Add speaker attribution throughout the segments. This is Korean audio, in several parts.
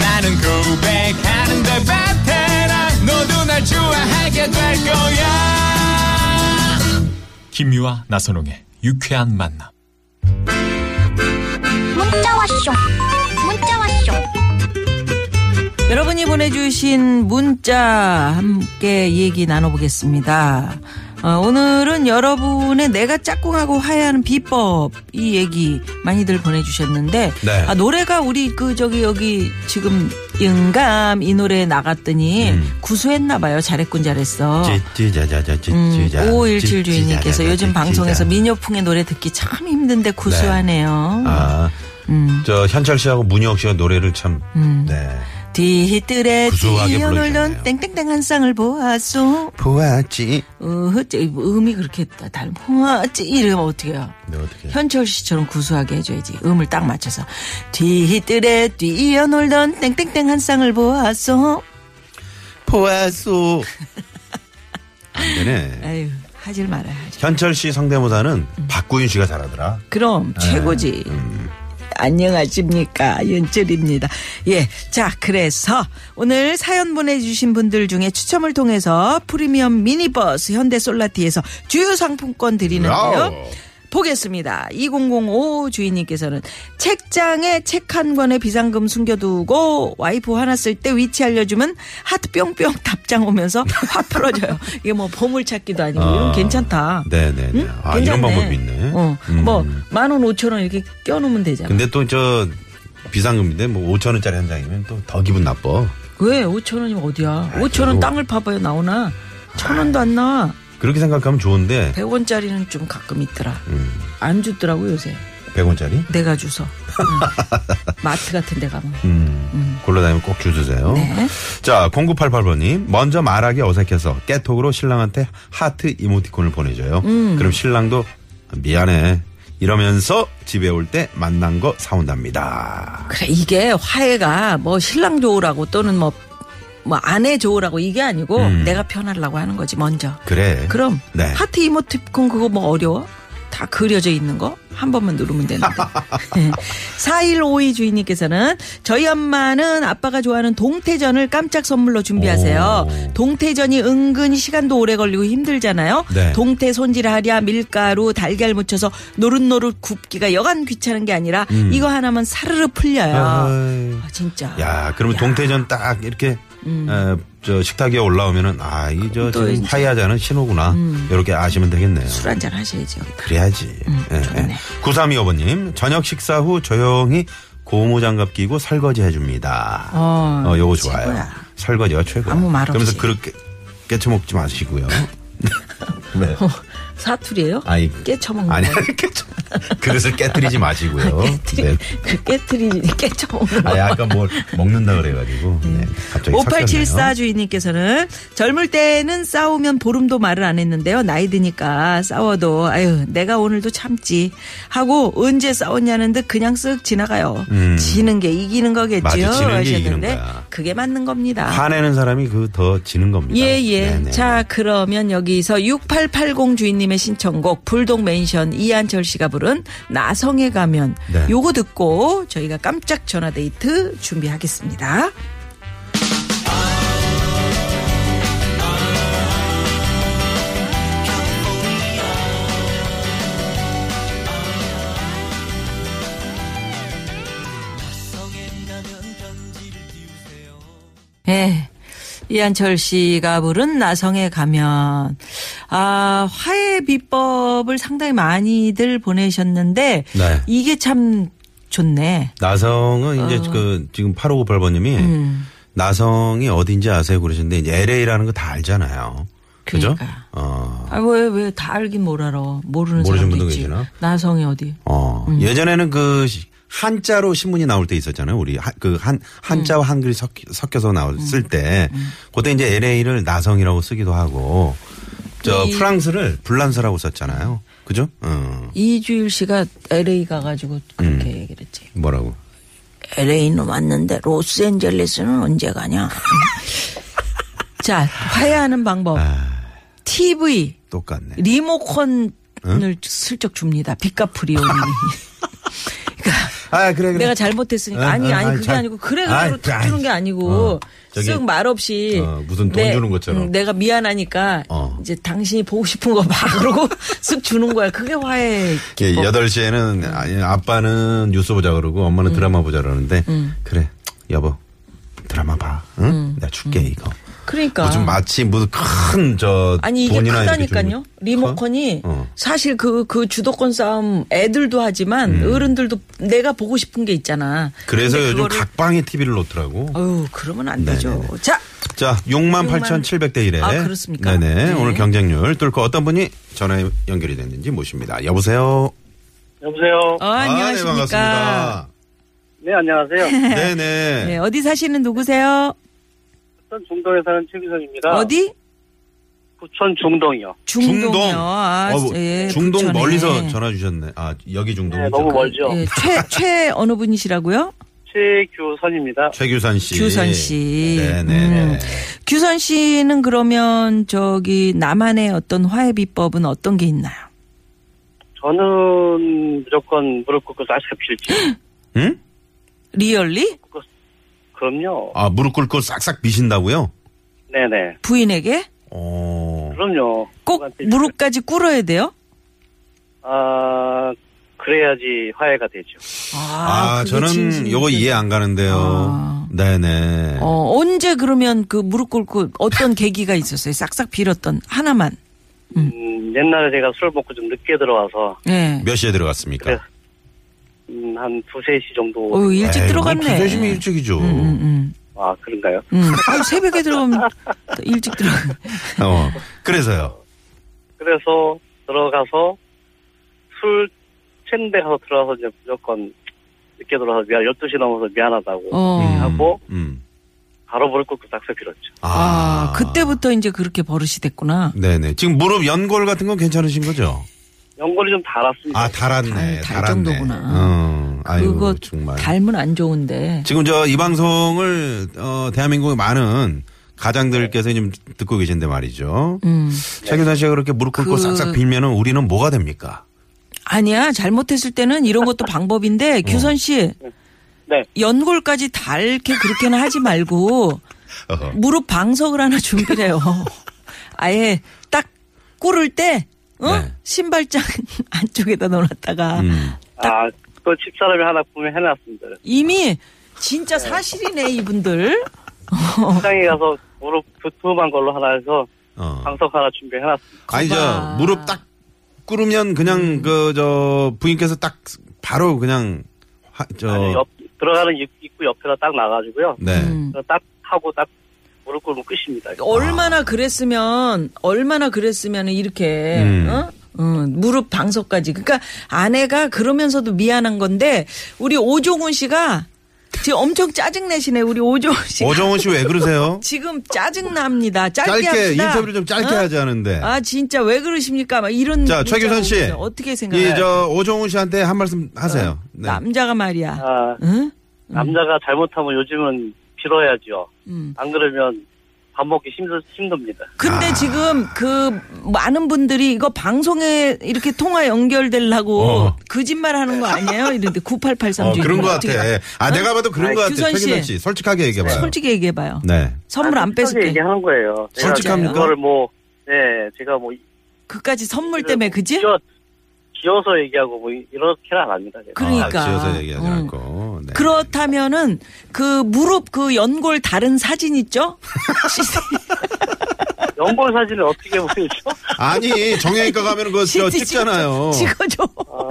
Speaker 1: 나는 고백하는데 베테랑 너도 날 좋아하게 될 거야
Speaker 2: 김미화 나선홍의 유쾌한 만남.
Speaker 3: 문자 왔쇼 문자 왔쇼
Speaker 4: 여러분이 보내주신 문자 함께 얘기 나눠보겠습니다. 어, 오늘은 여러분의 내가 짝꿍하고 화해하는 비법 이 얘기 많이들 보내주셨는데
Speaker 5: 네.
Speaker 4: 아, 노래가 우리 그 저기 여기 지금 영감 이 노래 나갔더니
Speaker 5: 음.
Speaker 4: 구수했나 봐요. 잘했군 잘했어. 음, 517
Speaker 5: 517
Speaker 4: 주인님께서 요즘 방송에서 민요풍의 노래 듣기 참 힘든데 구수하네요.
Speaker 5: 아,
Speaker 4: 음.
Speaker 5: 저 현철 씨하고 문희옥 씨가 노래를 참, 네.
Speaker 4: 뒤뜰에
Speaker 5: 구수하게
Speaker 4: 뛰어놀던
Speaker 5: 불러주셨네요.
Speaker 4: 땡땡땡 한 쌍을 보았소.
Speaker 5: 보았지.
Speaker 4: 으흐, 음이 그렇게 다- 다른 뭐지 이러면 어떡해요.
Speaker 5: 네, 어떻게.
Speaker 4: 현철 씨처럼 구수하게 해줘야지. 음을 딱 맞춰서. 뒤뜰에 뛰어놀던 땡땡땡 한 쌍을 보았어.
Speaker 5: 보았소. 안 되네.
Speaker 4: 아유, 하질 말아요. 하지.
Speaker 5: 현철 씨 성대모사는
Speaker 4: 음.
Speaker 5: 박구윤 씨가 잘하더라.
Speaker 4: 그럼 최고지. 안녕하십니까 윤철입니다. 예, 자 그래서 오늘 사연 보내주신 분들 중에 추첨을 통해서 프리미엄 미니버스 현대솔라티에서 주유 상품권 드리는데요.
Speaker 5: 와우.
Speaker 4: 보겠습니다. 2005 주인님께서는 책장에 책 한 권의 비상금 숨겨두고 와이프 화났을 때 위치 알려주면 하트 뿅뿅 답장 오면서 확 풀어져요. 이게 뭐 보물찾기도 아니고 이건
Speaker 5: 아,
Speaker 4: 괜찮다.
Speaker 5: 네네네.
Speaker 4: 응? 어. 예?
Speaker 5: 아, 이런
Speaker 4: 음? 괜찮네.
Speaker 5: 방법이 있네.
Speaker 4: 어,
Speaker 5: 음.
Speaker 4: 뭐, 만 원, 오천 원 이렇게 껴놓으면 되잖아.
Speaker 5: 근데 또 저 비상금인데 뭐 5천 원짜리 한 장이면 또 더 기분 나빠.
Speaker 4: 왜? 오천 원이면 어디야? 오천 원
Speaker 5: 그래도-
Speaker 4: 땅을 파봐야 나오나? 천 원도 안 나와.
Speaker 5: 그렇게 생각하면 좋은데
Speaker 4: 백 원짜리는 좀 가끔 있더라.
Speaker 5: 음.
Speaker 4: 안 주더라고, 요새.
Speaker 5: 100원짜리?
Speaker 4: 내가 주서. 응. 마트 같은 데 가면.
Speaker 5: 음. 골라다니면 꼭 주드세요.
Speaker 4: 네.
Speaker 5: 자, 0988번님. 먼저 말하기 어색해서 깨톡으로 신랑한테 하트 이모티콘을 보내줘요.
Speaker 4: 음.
Speaker 5: 그럼 신랑도 미안해. 이러면서 집에 올 때 만난 거 사온답니다.
Speaker 4: 그래, 이게 화해가 뭐 신랑 좋으라고 또는 뭐, 뭐 아내 좋으라고 이게 아니고
Speaker 5: 음.
Speaker 4: 내가 편하려고 하는 거지, 먼저.
Speaker 5: 그래.
Speaker 4: 그럼
Speaker 5: 네.
Speaker 4: 하트 이모티콘 그거 뭐 어려워? 다 그려져 있는 거 한 번만 누르면 되는데. 4152 주인님께서는 저희 엄마는 아빠가 좋아하는 동태전을 깜짝 선물로 준비하세요.
Speaker 5: 오.
Speaker 4: 동태전이 은근히 시간도 오래 걸리고 힘들잖아요.
Speaker 5: 네.
Speaker 4: 동태 손질하랴 밀가루 달걀 묻혀서 노릇노릇 굽기가 여간 귀찮은 게 아니라 이거 하나만 사르르 풀려요.
Speaker 5: 음. 아이.
Speaker 4: 아, 진짜.
Speaker 5: 야, 그러면 동태전 딱 이렇게 어, 저 식탁 위에 올라오면은 아, 이저
Speaker 4: 음. 또 이제- 음.
Speaker 5: 화해하자는 신호구나. 이렇게 아시면 되겠네요.
Speaker 4: 술 한잔 하셔야죠.
Speaker 5: 그래야지. 예,
Speaker 4: 음, 좋네.
Speaker 5: 예. 9325번님, 저녁 식사 후 조용히 고무장갑 끼고 설거지 해줍니다.
Speaker 4: 어,
Speaker 5: 어, 요거 좋아요.
Speaker 4: 최고야.
Speaker 5: 설거지가 최고야.
Speaker 4: 아무 말 없이.
Speaker 5: 그러면서 그렇게 깨쳐먹지 마시고요. 네.
Speaker 4: 사투리예요?
Speaker 5: 아이.
Speaker 4: 깨쳐먹는
Speaker 5: 아니,
Speaker 4: 거.
Speaker 5: 깨쳐. 그릇을 깨뜨리지 마시고요. 네.
Speaker 4: 깨트리, 그 깨트리, 깨쳐먹는
Speaker 5: 아,
Speaker 4: 거.
Speaker 5: 약간 뭘 먹는다 그래가지고. 네. 갑자기.
Speaker 4: 5874
Speaker 5: 섞였네요.
Speaker 4: 주인님께서는 젊을 때는 싸우면 보름도 말을 안 했는데요. 나이 드니까 싸워도 아유 내가 오늘도 참지 하고 언제 싸웠냐는 듯 그냥 쓱 지나가요.
Speaker 5: 음.
Speaker 4: 지는 게 이기는 거겠죠.
Speaker 5: 맞아, 지는 게 이기는
Speaker 4: 하셨는데
Speaker 5: 거야.
Speaker 4: 그게 맞는 겁니다.
Speaker 5: 화내는 사람이 그 더 지는 겁니다.
Speaker 4: 예, 예.
Speaker 5: 네네.
Speaker 4: 자, 그러면 여기서 6880 주인님의 신청곡 불동 맨션 이한철 씨가 부른 나성에 가면
Speaker 5: 네.
Speaker 4: 요거 듣고 저희가 깜짝 전화 데이트 준비하겠습니다. 예. 이한철 씨가 부른 나성에 가면 아 화해 비법을 상당히 많이들 보내셨는데
Speaker 5: 네.
Speaker 4: 이게 참 좋네.
Speaker 5: 나성은 이제
Speaker 4: 아.
Speaker 5: 그 지금 8598번님이
Speaker 4: 음.
Speaker 5: 나성이 어딘지 아세요 그러셨는데 이제 LA라는 거 다 알잖아요. 그죠?
Speaker 4: 그러니까요.
Speaker 5: 어.
Speaker 4: 아 왜 왜 다 알긴 뭘 알아? 모르는
Speaker 5: 모르시는
Speaker 4: 사람도
Speaker 5: 분도
Speaker 4: 있지.
Speaker 5: 계시나?
Speaker 4: 나성이 어디?
Speaker 5: 어. 예전에는 그 시- 한자로 신문이 나올 때 있었잖아요. 우리 그 한
Speaker 4: 음.
Speaker 5: 한자와 한글이 섞, 섞여서 나왔을 때 그때 이제 LA를 나성이라고 쓰기도 하고 저
Speaker 4: 이-
Speaker 5: 프랑스를 블란스라고 썼잖아요. 그죠? 어.
Speaker 4: 이주일 씨가 LA 가가지고 그렇게
Speaker 5: 음.
Speaker 4: 얘기를 했지.
Speaker 5: 뭐라고?
Speaker 4: LA는 왔는데 로스앤젤레스는 언제 가냐? 자, 화해하는 방법.
Speaker 5: 아.
Speaker 4: TV
Speaker 5: 똑같네.
Speaker 4: 리모컨을 슬쩍 줍니다. 빛값 프리오님이. 그러니까
Speaker 5: 아 그래 그래.
Speaker 4: 내가 잘못했으니까
Speaker 5: 응,
Speaker 4: 아니
Speaker 5: 응,
Speaker 4: 아니
Speaker 5: 아니,
Speaker 4: 그게
Speaker 5: 잘-
Speaker 4: 아니고 그래
Speaker 5: 아이,
Speaker 4: 그대로 탁
Speaker 5: 아이,
Speaker 4: 주는 게 아니고
Speaker 5: 어, 저기,
Speaker 4: 쓱 말없이
Speaker 5: 어, 무슨 돈 주는 것처럼.
Speaker 4: 내가 미안하니까
Speaker 5: 어.
Speaker 4: 이제 당신이 보고 싶은 거 봐 그러고 쓱 주는 거야 그게 화해
Speaker 5: 이게
Speaker 4: 기법. 음.
Speaker 5: 8시에는 아니, 아빠는 뉴스 보자 그러고 엄마는 드라마 보자 그러는데
Speaker 4: 음.
Speaker 5: 그래 여보 드라마 봐. 응? 내가 줄게
Speaker 4: 음.
Speaker 5: 이거.
Speaker 4: 그러니까
Speaker 5: 무슨 마치 무슨 큰저
Speaker 4: 아니 이게 크다니까요 리모컨이
Speaker 5: 어.
Speaker 4: 사실 그 그 주도권 싸움 애들도 하지만 어른들도 내가 보고 싶은 게 있잖아
Speaker 5: 음. 그래서
Speaker 4: 근데
Speaker 5: 요즘
Speaker 4: 그거를-
Speaker 5: 각방에 네, TV를 놓더라고.
Speaker 4: 어휴 그러면 안 되죠 자
Speaker 5: 자, 6만 8,700대 1에.
Speaker 4: 아, 그렇습니까?
Speaker 5: 네네.
Speaker 4: 네.
Speaker 5: 오늘 경쟁률 뚫고 어떤 분이 전화에 연결이 됐는지 모십니다. 여보세요.
Speaker 6: 여보세요.
Speaker 4: 어,
Speaker 5: 아,
Speaker 4: 안녕하십니까
Speaker 6: 네 안녕하세요.
Speaker 5: 네, 반갑습니다. 네네.
Speaker 4: 네, 어디 사시는 누구세요
Speaker 6: 부천 중동에 사는 최규성입니다.
Speaker 4: 어디
Speaker 6: 부천 중동이요.
Speaker 4: 어, 중동이요. 아,
Speaker 5: 어, 뭐,
Speaker 4: 예,
Speaker 5: 중동
Speaker 4: 부천에.
Speaker 5: 멀리서 전화 주셨네. 아, 여기 중동이죠.
Speaker 6: 네, 너무 멀죠.
Speaker 4: 예, 최, 최 어느 분이시라고요?
Speaker 6: 최규선입니다.
Speaker 5: 최규선 씨.
Speaker 4: 규선 씨.
Speaker 5: 예. 네네.
Speaker 4: 음. 규선 씨는 그러면 저기 남한의 어떤 화해 비법은 어떤 게 있나요?
Speaker 6: 저는 무조건 무릎 꿇고 다시 갚힐지.
Speaker 4: 음.
Speaker 5: 응?
Speaker 4: 리얼리?
Speaker 6: 그럼요.
Speaker 5: 아, 무릎 꿇고 싹싹 비신다고요?
Speaker 6: 네네.
Speaker 4: 부인에게?
Speaker 5: 어.
Speaker 6: 그럼요.
Speaker 4: 꼭 무릎까지 꿇어야 돼요?
Speaker 6: 아 그래야지 화해가 되죠.
Speaker 5: 아,
Speaker 4: 그게
Speaker 5: 저는
Speaker 4: 진심인데.
Speaker 5: 요거 이해 안 가는데요.
Speaker 4: 아.
Speaker 5: 네네.
Speaker 4: 어, 언제 그러면 그 무릎 꿇고 어떤 계기가 있었어요? 싹싹 빌었던 하나만.
Speaker 6: 음, 옛날에 제가 술 먹고 좀 늦게 들어와서
Speaker 4: 예.
Speaker 5: 몇 시에 들어갔습니까?
Speaker 6: 그래. 음, 한 두세 시 정도.
Speaker 4: 어, 일찍
Speaker 5: 에이,
Speaker 4: 들어갔네.
Speaker 5: 뭐 두세시면 일찍이죠.
Speaker 4: 음, 음,
Speaker 6: 아 그런가요?
Speaker 4: 음. 음. 아, 새벽에 들어오면 일찍 들어.
Speaker 5: 어. 그래서요.
Speaker 6: 그래서 들어가서 술 챈데 가서 들어가서 이제 무조건 늦게 들어와서 미안 12시 넘어서 미안하다고
Speaker 4: 어.
Speaker 5: 음.
Speaker 6: 하고
Speaker 5: 음.
Speaker 6: 바로 무릎 꿇고 싹싹 빌었죠.
Speaker 4: 아, 그때부터 이제 그렇게 버릇이 됐구나.
Speaker 5: 네네. 지금 무릎 연골 같은 건 괜찮으신 거죠?
Speaker 6: 연골이 좀 달았습니다.
Speaker 5: 아,
Speaker 4: 달-
Speaker 5: 달았네.
Speaker 4: 달
Speaker 5: 달았네.
Speaker 4: 정도구나.
Speaker 5: 어, 아이고,
Speaker 4: 그거
Speaker 5: 정말.
Speaker 4: 닮으면 안 좋은데.
Speaker 5: 지금 저 이 방송을, 어, 대한민국의 많은 가장들께서 지금 듣고 계신데 말이죠.
Speaker 4: 음.
Speaker 5: 최규선 씨가 그렇게 무릎 꿇고
Speaker 4: 그-
Speaker 5: 싹싹 빌면은 우리는 뭐가 됩니까?
Speaker 4: 아니야, 잘못했을 때는 이런 것도 방법인데,
Speaker 5: 어.
Speaker 4: 규선 씨.
Speaker 6: 네.
Speaker 4: 연골까지 닳게 그렇게는 하지 말고,
Speaker 5: 어허.
Speaker 4: 무릎 방석을 하나 준비해요. 아예 딱 꿇을 때, 어?
Speaker 5: 네.
Speaker 4: 신발장 안쪽에다 넣어놨다가,
Speaker 5: 음.
Speaker 6: 아, 그 집사람이 하나 구매해놨습니다.
Speaker 4: 이미 진짜 사실이네, 이분들. 어.
Speaker 6: 시장에 가서 무릎 두툼한 걸로 하나 해서
Speaker 5: 어.
Speaker 6: 방석 하나 준비해놨습니다.
Speaker 5: 아니 저
Speaker 4: 거봐. 음.
Speaker 5: 무릎 딱 꿇으면 그냥 그 저 부인께서 딱 바로 그냥 하,
Speaker 4: 어.
Speaker 6: 아니,
Speaker 5: 저
Speaker 6: 옆, 들어가는 입, 입구 옆에다 딱 나가지고요.
Speaker 5: 네.
Speaker 4: 음.
Speaker 6: 그래서 딱 하고 딱 무릎 꿇으면 뭐 끝입니다.
Speaker 4: 어. 얼마나 그랬으면 얼마나 그랬으면 이렇게
Speaker 5: 음.
Speaker 4: 어? 어, 무릎 방석까지 그러니까 아내가 그러면서도 미안한 건데 우리 오종훈 씨가 지금 엄청 짜증 내시네 우리 오종훈 씨가
Speaker 5: 오정훈 씨 왜 그러세요?
Speaker 4: 지금 짜증 납니다 짧게,
Speaker 5: 짧게
Speaker 4: 합시다.
Speaker 5: 인터뷰를 좀 짧게
Speaker 4: 어?
Speaker 5: 하지 않은데.
Speaker 4: 아 진짜 왜 그러십니까 막 이런
Speaker 5: 자
Speaker 4: 문자가
Speaker 5: 최규선 씨,
Speaker 4: 오면서 어떻게 그 생각해요
Speaker 5: 이 저 오정훈 씨한테 한 말씀 하세요. 네.
Speaker 4: 어? 남자가 말이야
Speaker 6: 아,
Speaker 4: 응?
Speaker 6: 남자가 잘못하면 요즘은 빌어야죠.
Speaker 4: 음.
Speaker 6: 안 그러면 밥 먹기 힘들, 힘듭니다.
Speaker 4: 근데
Speaker 5: 아.
Speaker 4: 지금 그 많은 분들이 이거 방송에 이렇게 통화 연결되려고
Speaker 5: 어.
Speaker 4: 거짓말 하는 거 아니에요? 이런데 9883
Speaker 5: 어,
Speaker 4: 중에
Speaker 5: 그런 것 같아.
Speaker 4: 어떻게 알아?
Speaker 5: 아 내가 봐도 그런
Speaker 4: 아이,
Speaker 5: 것 같아.
Speaker 4: 규선 씨.
Speaker 5: 최규선 씨 솔직하게 얘기해봐요.
Speaker 4: 솔직히 얘기해봐요.
Speaker 5: 네.
Speaker 4: 선물 안
Speaker 6: 아, 솔직하게
Speaker 4: 뺏을게.
Speaker 6: 얘기하는 거예요. 제가
Speaker 4: 솔직합니까?
Speaker 6: 그거를 뭐, 네, 제가 뭐,
Speaker 4: 그까지 선물 때문에 그지?
Speaker 6: 기어, 기어서 얘기하고 뭐, 이렇게는 안 합니다. 제가.
Speaker 4: 그러니까.
Speaker 5: 아, 지어서 얘기하지
Speaker 4: 응.
Speaker 5: 않고. 네.
Speaker 4: 그렇다면은 그 무릎 그 연골 다른 사진 있죠?
Speaker 6: 연골 사진을 어떻게 보여줘?
Speaker 5: 아니 정형외과 가면 그거 저
Speaker 4: CT
Speaker 5: 찍잖아요.
Speaker 4: 찍어줘.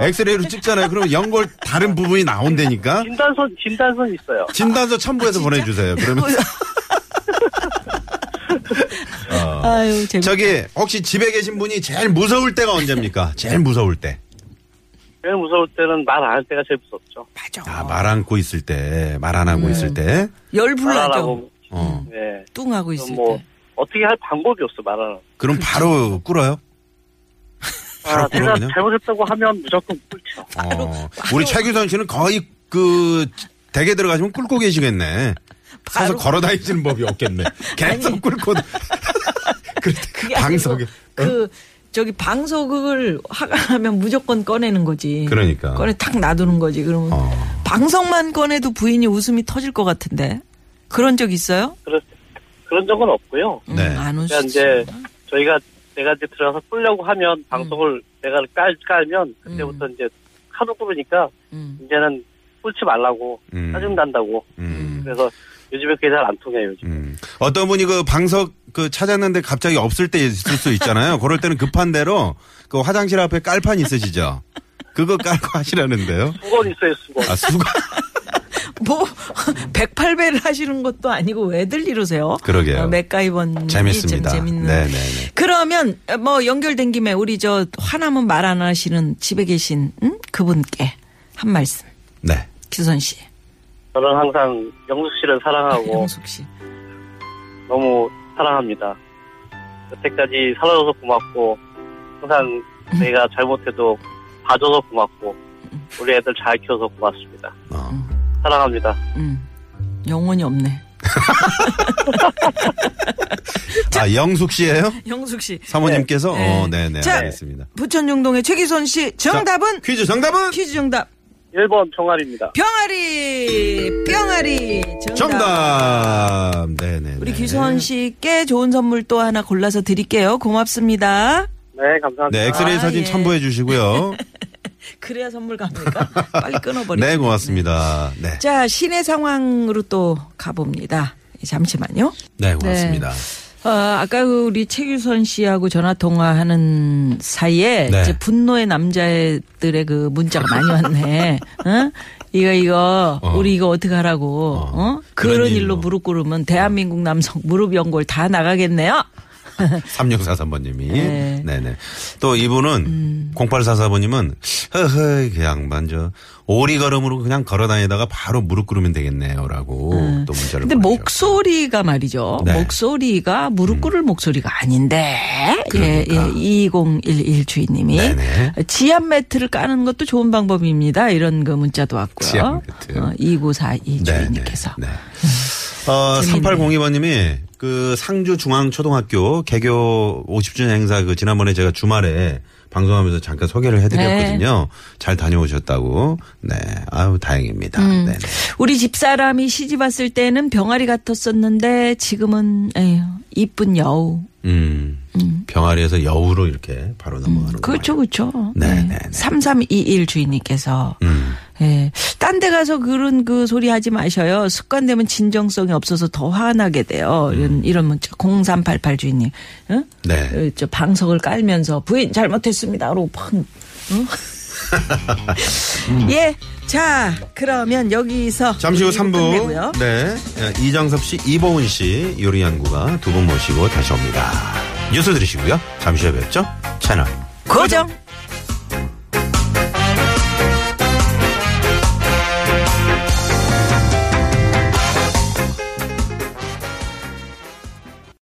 Speaker 6: 진단선, 진단선 있어요.
Speaker 5: 진단서 첨부해서
Speaker 4: 아,
Speaker 5: 보내주세요. 그러면 어.
Speaker 4: 아유 재밌.
Speaker 5: 저기 혹시 집에 계신 분이 제일 무서울 때가 언제입니까? 제일 무서울 때.
Speaker 6: 제일 무서울 때는 말 안 할 때가 제일 무섭죠.
Speaker 4: 맞아.
Speaker 5: 아, 말 안고 있을 때, 말 안
Speaker 4: 네.
Speaker 5: 하고 있을 때.
Speaker 4: 열불나죠.
Speaker 6: 말하라고.
Speaker 5: 어.
Speaker 6: 네.
Speaker 4: 뚱하고 있을
Speaker 6: 뭐
Speaker 4: 때.
Speaker 6: 어떻게 할 방법이 없어 말하는.
Speaker 4: 그렇죠.
Speaker 5: 그럼 바로 꿇어요? 바로
Speaker 6: 아,
Speaker 5: 꿇어,
Speaker 6: 제가
Speaker 5: 그냥?
Speaker 6: 잘못했다고 하면 무조건 꿀쳐.
Speaker 5: 어. 우리 최규선 씨는 거의 그, 댁에 들어가시면 꿇고 계시겠네.
Speaker 4: 바로
Speaker 5: 서서 걸어 다니시는 법이 없겠네. 계속 꿇고. 그
Speaker 4: 그게 아니고
Speaker 5: 방석에. 어?
Speaker 4: 그 저기 방석을 화가 나면 무조건 꺼내는 거지.
Speaker 5: 그러니까.
Speaker 4: 꺼내 탁 놔두는 거지. 그러면
Speaker 5: 어.
Speaker 4: 방석만 꺼내도 부인이 웃음이 터질 것 같은데 그런 적 있어요?
Speaker 6: 그런 그런 적은 없고요.
Speaker 5: 네.
Speaker 4: 음, 안
Speaker 6: 그러니까
Speaker 4: 웃으시죠.
Speaker 6: 이제 저희가 내가 이제 들어가서 끌려고
Speaker 4: 음.
Speaker 6: 하면 방송을 내가 깔 깔면 그때부터 이제 하도 끄르니까
Speaker 4: 음.
Speaker 6: 이제는 꿀치 말라고
Speaker 5: 음.
Speaker 6: 짜증 난다고.
Speaker 5: 음.
Speaker 6: 그래서 요즘에 그게 잘 안 통해요. 요즘.
Speaker 5: 음. 어떤 분이 그 방석 그 찾았는데 갑자기 없을 때 있을 수 있잖아요. 그럴 때는 급한 대로 그 화장실 앞에 깔판 있으시죠? 그거 깔고 하시라는데요.
Speaker 6: 수건 있어요 수건.
Speaker 5: 아, 수건.
Speaker 4: 뭐 108배를 하시는 것도 아니고 왜들 이러세요?
Speaker 5: 그러게요.
Speaker 4: 어, 맥가이번
Speaker 5: 재밌습니다.
Speaker 4: 재밌는.
Speaker 5: 네네네.
Speaker 4: 그러면 뭐 연결된 김에 우리 저 화나면 말 안 하시는 집에 계신 음? 그분께 한 말씀.
Speaker 5: 네.
Speaker 4: 기선 씨,
Speaker 6: 저는 항상 영숙 씨를 사랑하고
Speaker 4: 영숙 씨.
Speaker 6: 너무 사랑합니다. 여태까지 살아줘서 고맙고 항상 내가 잘못해도 봐줘서 고맙고 우리 애들 잘 키워서 고맙습니다.
Speaker 5: 어.
Speaker 6: 사랑합니다.
Speaker 4: 음. 영혼이 없네.
Speaker 5: 아, 영숙 씨예요
Speaker 4: 영숙 씨.
Speaker 5: 사모님께서? 어, 네네.
Speaker 4: 네. 자.
Speaker 5: 알겠습니다.
Speaker 4: 부천 용동의 최기선 씨 정답은
Speaker 5: 퀴즈 정답은?
Speaker 4: 퀴즈 정답.
Speaker 6: 1번 종아리입니다.
Speaker 4: 병아리 병아리 정답.
Speaker 5: 정답! 네네.
Speaker 4: 우리 기선 씨께 좋은 선물 또 하나 골라서 드릴게요. 고맙습니다.
Speaker 6: 네, 감사합니다.
Speaker 5: 네, 엑스레이
Speaker 4: 아,
Speaker 5: 사진
Speaker 4: 예.
Speaker 5: 첨부해 주시고요.
Speaker 4: 그래야 선물 갑니까? 빨리 끊어버리죠.
Speaker 5: 네, 고맙습니다. 네.
Speaker 4: 자, 시내 상황으로 또 가봅니다. 잠시만요.
Speaker 5: 네, 고맙습니다.
Speaker 4: 어, 아까 그 우리 최규선 씨하고 전화 통화하는 사이에
Speaker 5: 네.
Speaker 4: 이제 분노의 남자들의 그 문자가 많이 왔네. 어? 이거 이거
Speaker 5: 어.
Speaker 4: 우리 이거 어떻게 하라고?
Speaker 5: 어.
Speaker 4: 어?
Speaker 5: 그런
Speaker 4: 그런,
Speaker 5: 일로.
Speaker 4: 일로 무릎 꿇으면 대한민국 남성 무릎 연골 다 나가겠네요.
Speaker 5: 3643번님이.
Speaker 4: 네. 음.
Speaker 5: 네. 네또 이분은 0844번님은 허허 그 양반 저 오리 걸음으로 그냥 걸어 다니다가 바로 무릎 꿇으면 되겠네요라고 또 문자를
Speaker 4: 근데
Speaker 5: 보내주셨고.
Speaker 4: 목소리가 말이죠.
Speaker 5: 네. 음.
Speaker 4: 목소리가 무릎 꿇을 목소리가 아닌데.
Speaker 5: 그러니까.
Speaker 4: 예, 예. 2011 주인님이
Speaker 5: 네네.
Speaker 4: 지압 매트를 까는 것도 좋은 방법입니다. 이런 그 문자도 왔고요.
Speaker 5: 지압 매트.
Speaker 4: 어, 2942 주인님께서. 음.
Speaker 5: 네. 어,
Speaker 4: 재밌네.
Speaker 5: 3802번님이 그 상주 중앙초등학교 개교 50주년 행사 그 지난번에 제가 주말에 방송하면서 잠깐 소개를 해드렸거든요.
Speaker 4: 네.
Speaker 5: 잘 다녀오셨다고. 네. 아유, 다행입니다.
Speaker 4: 음.
Speaker 5: 네.
Speaker 4: 우리 집사람이 시집 왔을 때는 병아리 같았었는데 지금은 에휴, 이쁜 여우.
Speaker 5: 음. 병아리에서 여우로 이렇게 바로 넘어가는 거.
Speaker 4: 그렇죠, 그렇죠.
Speaker 5: 네, 네, 음. 네.
Speaker 4: 3321 주인님께서. 예. 딴 데 가서 그런 그 소리 하지 마셔요. 습관되면 진정성이 없어서 더 화나게 돼요. 이런, 이런 문자. 0388 주인님. 응?
Speaker 5: 음. 네.
Speaker 4: 어, 저 방석을 깔면서 부인 잘못했습니다. 그러고 펑. 응? 예. 자, 그러면 여기서.
Speaker 5: 음. 잠시 후
Speaker 4: 일부
Speaker 5: 3부.
Speaker 4: 음, 끝내고요.
Speaker 5: 네. 이정섭 씨, 이보은 씨, 요리연구가 두 분 모시고 다시 옵니다. 뉴스 들으시고요. 잠시 후에 뵙죠. 채널.
Speaker 4: 고정.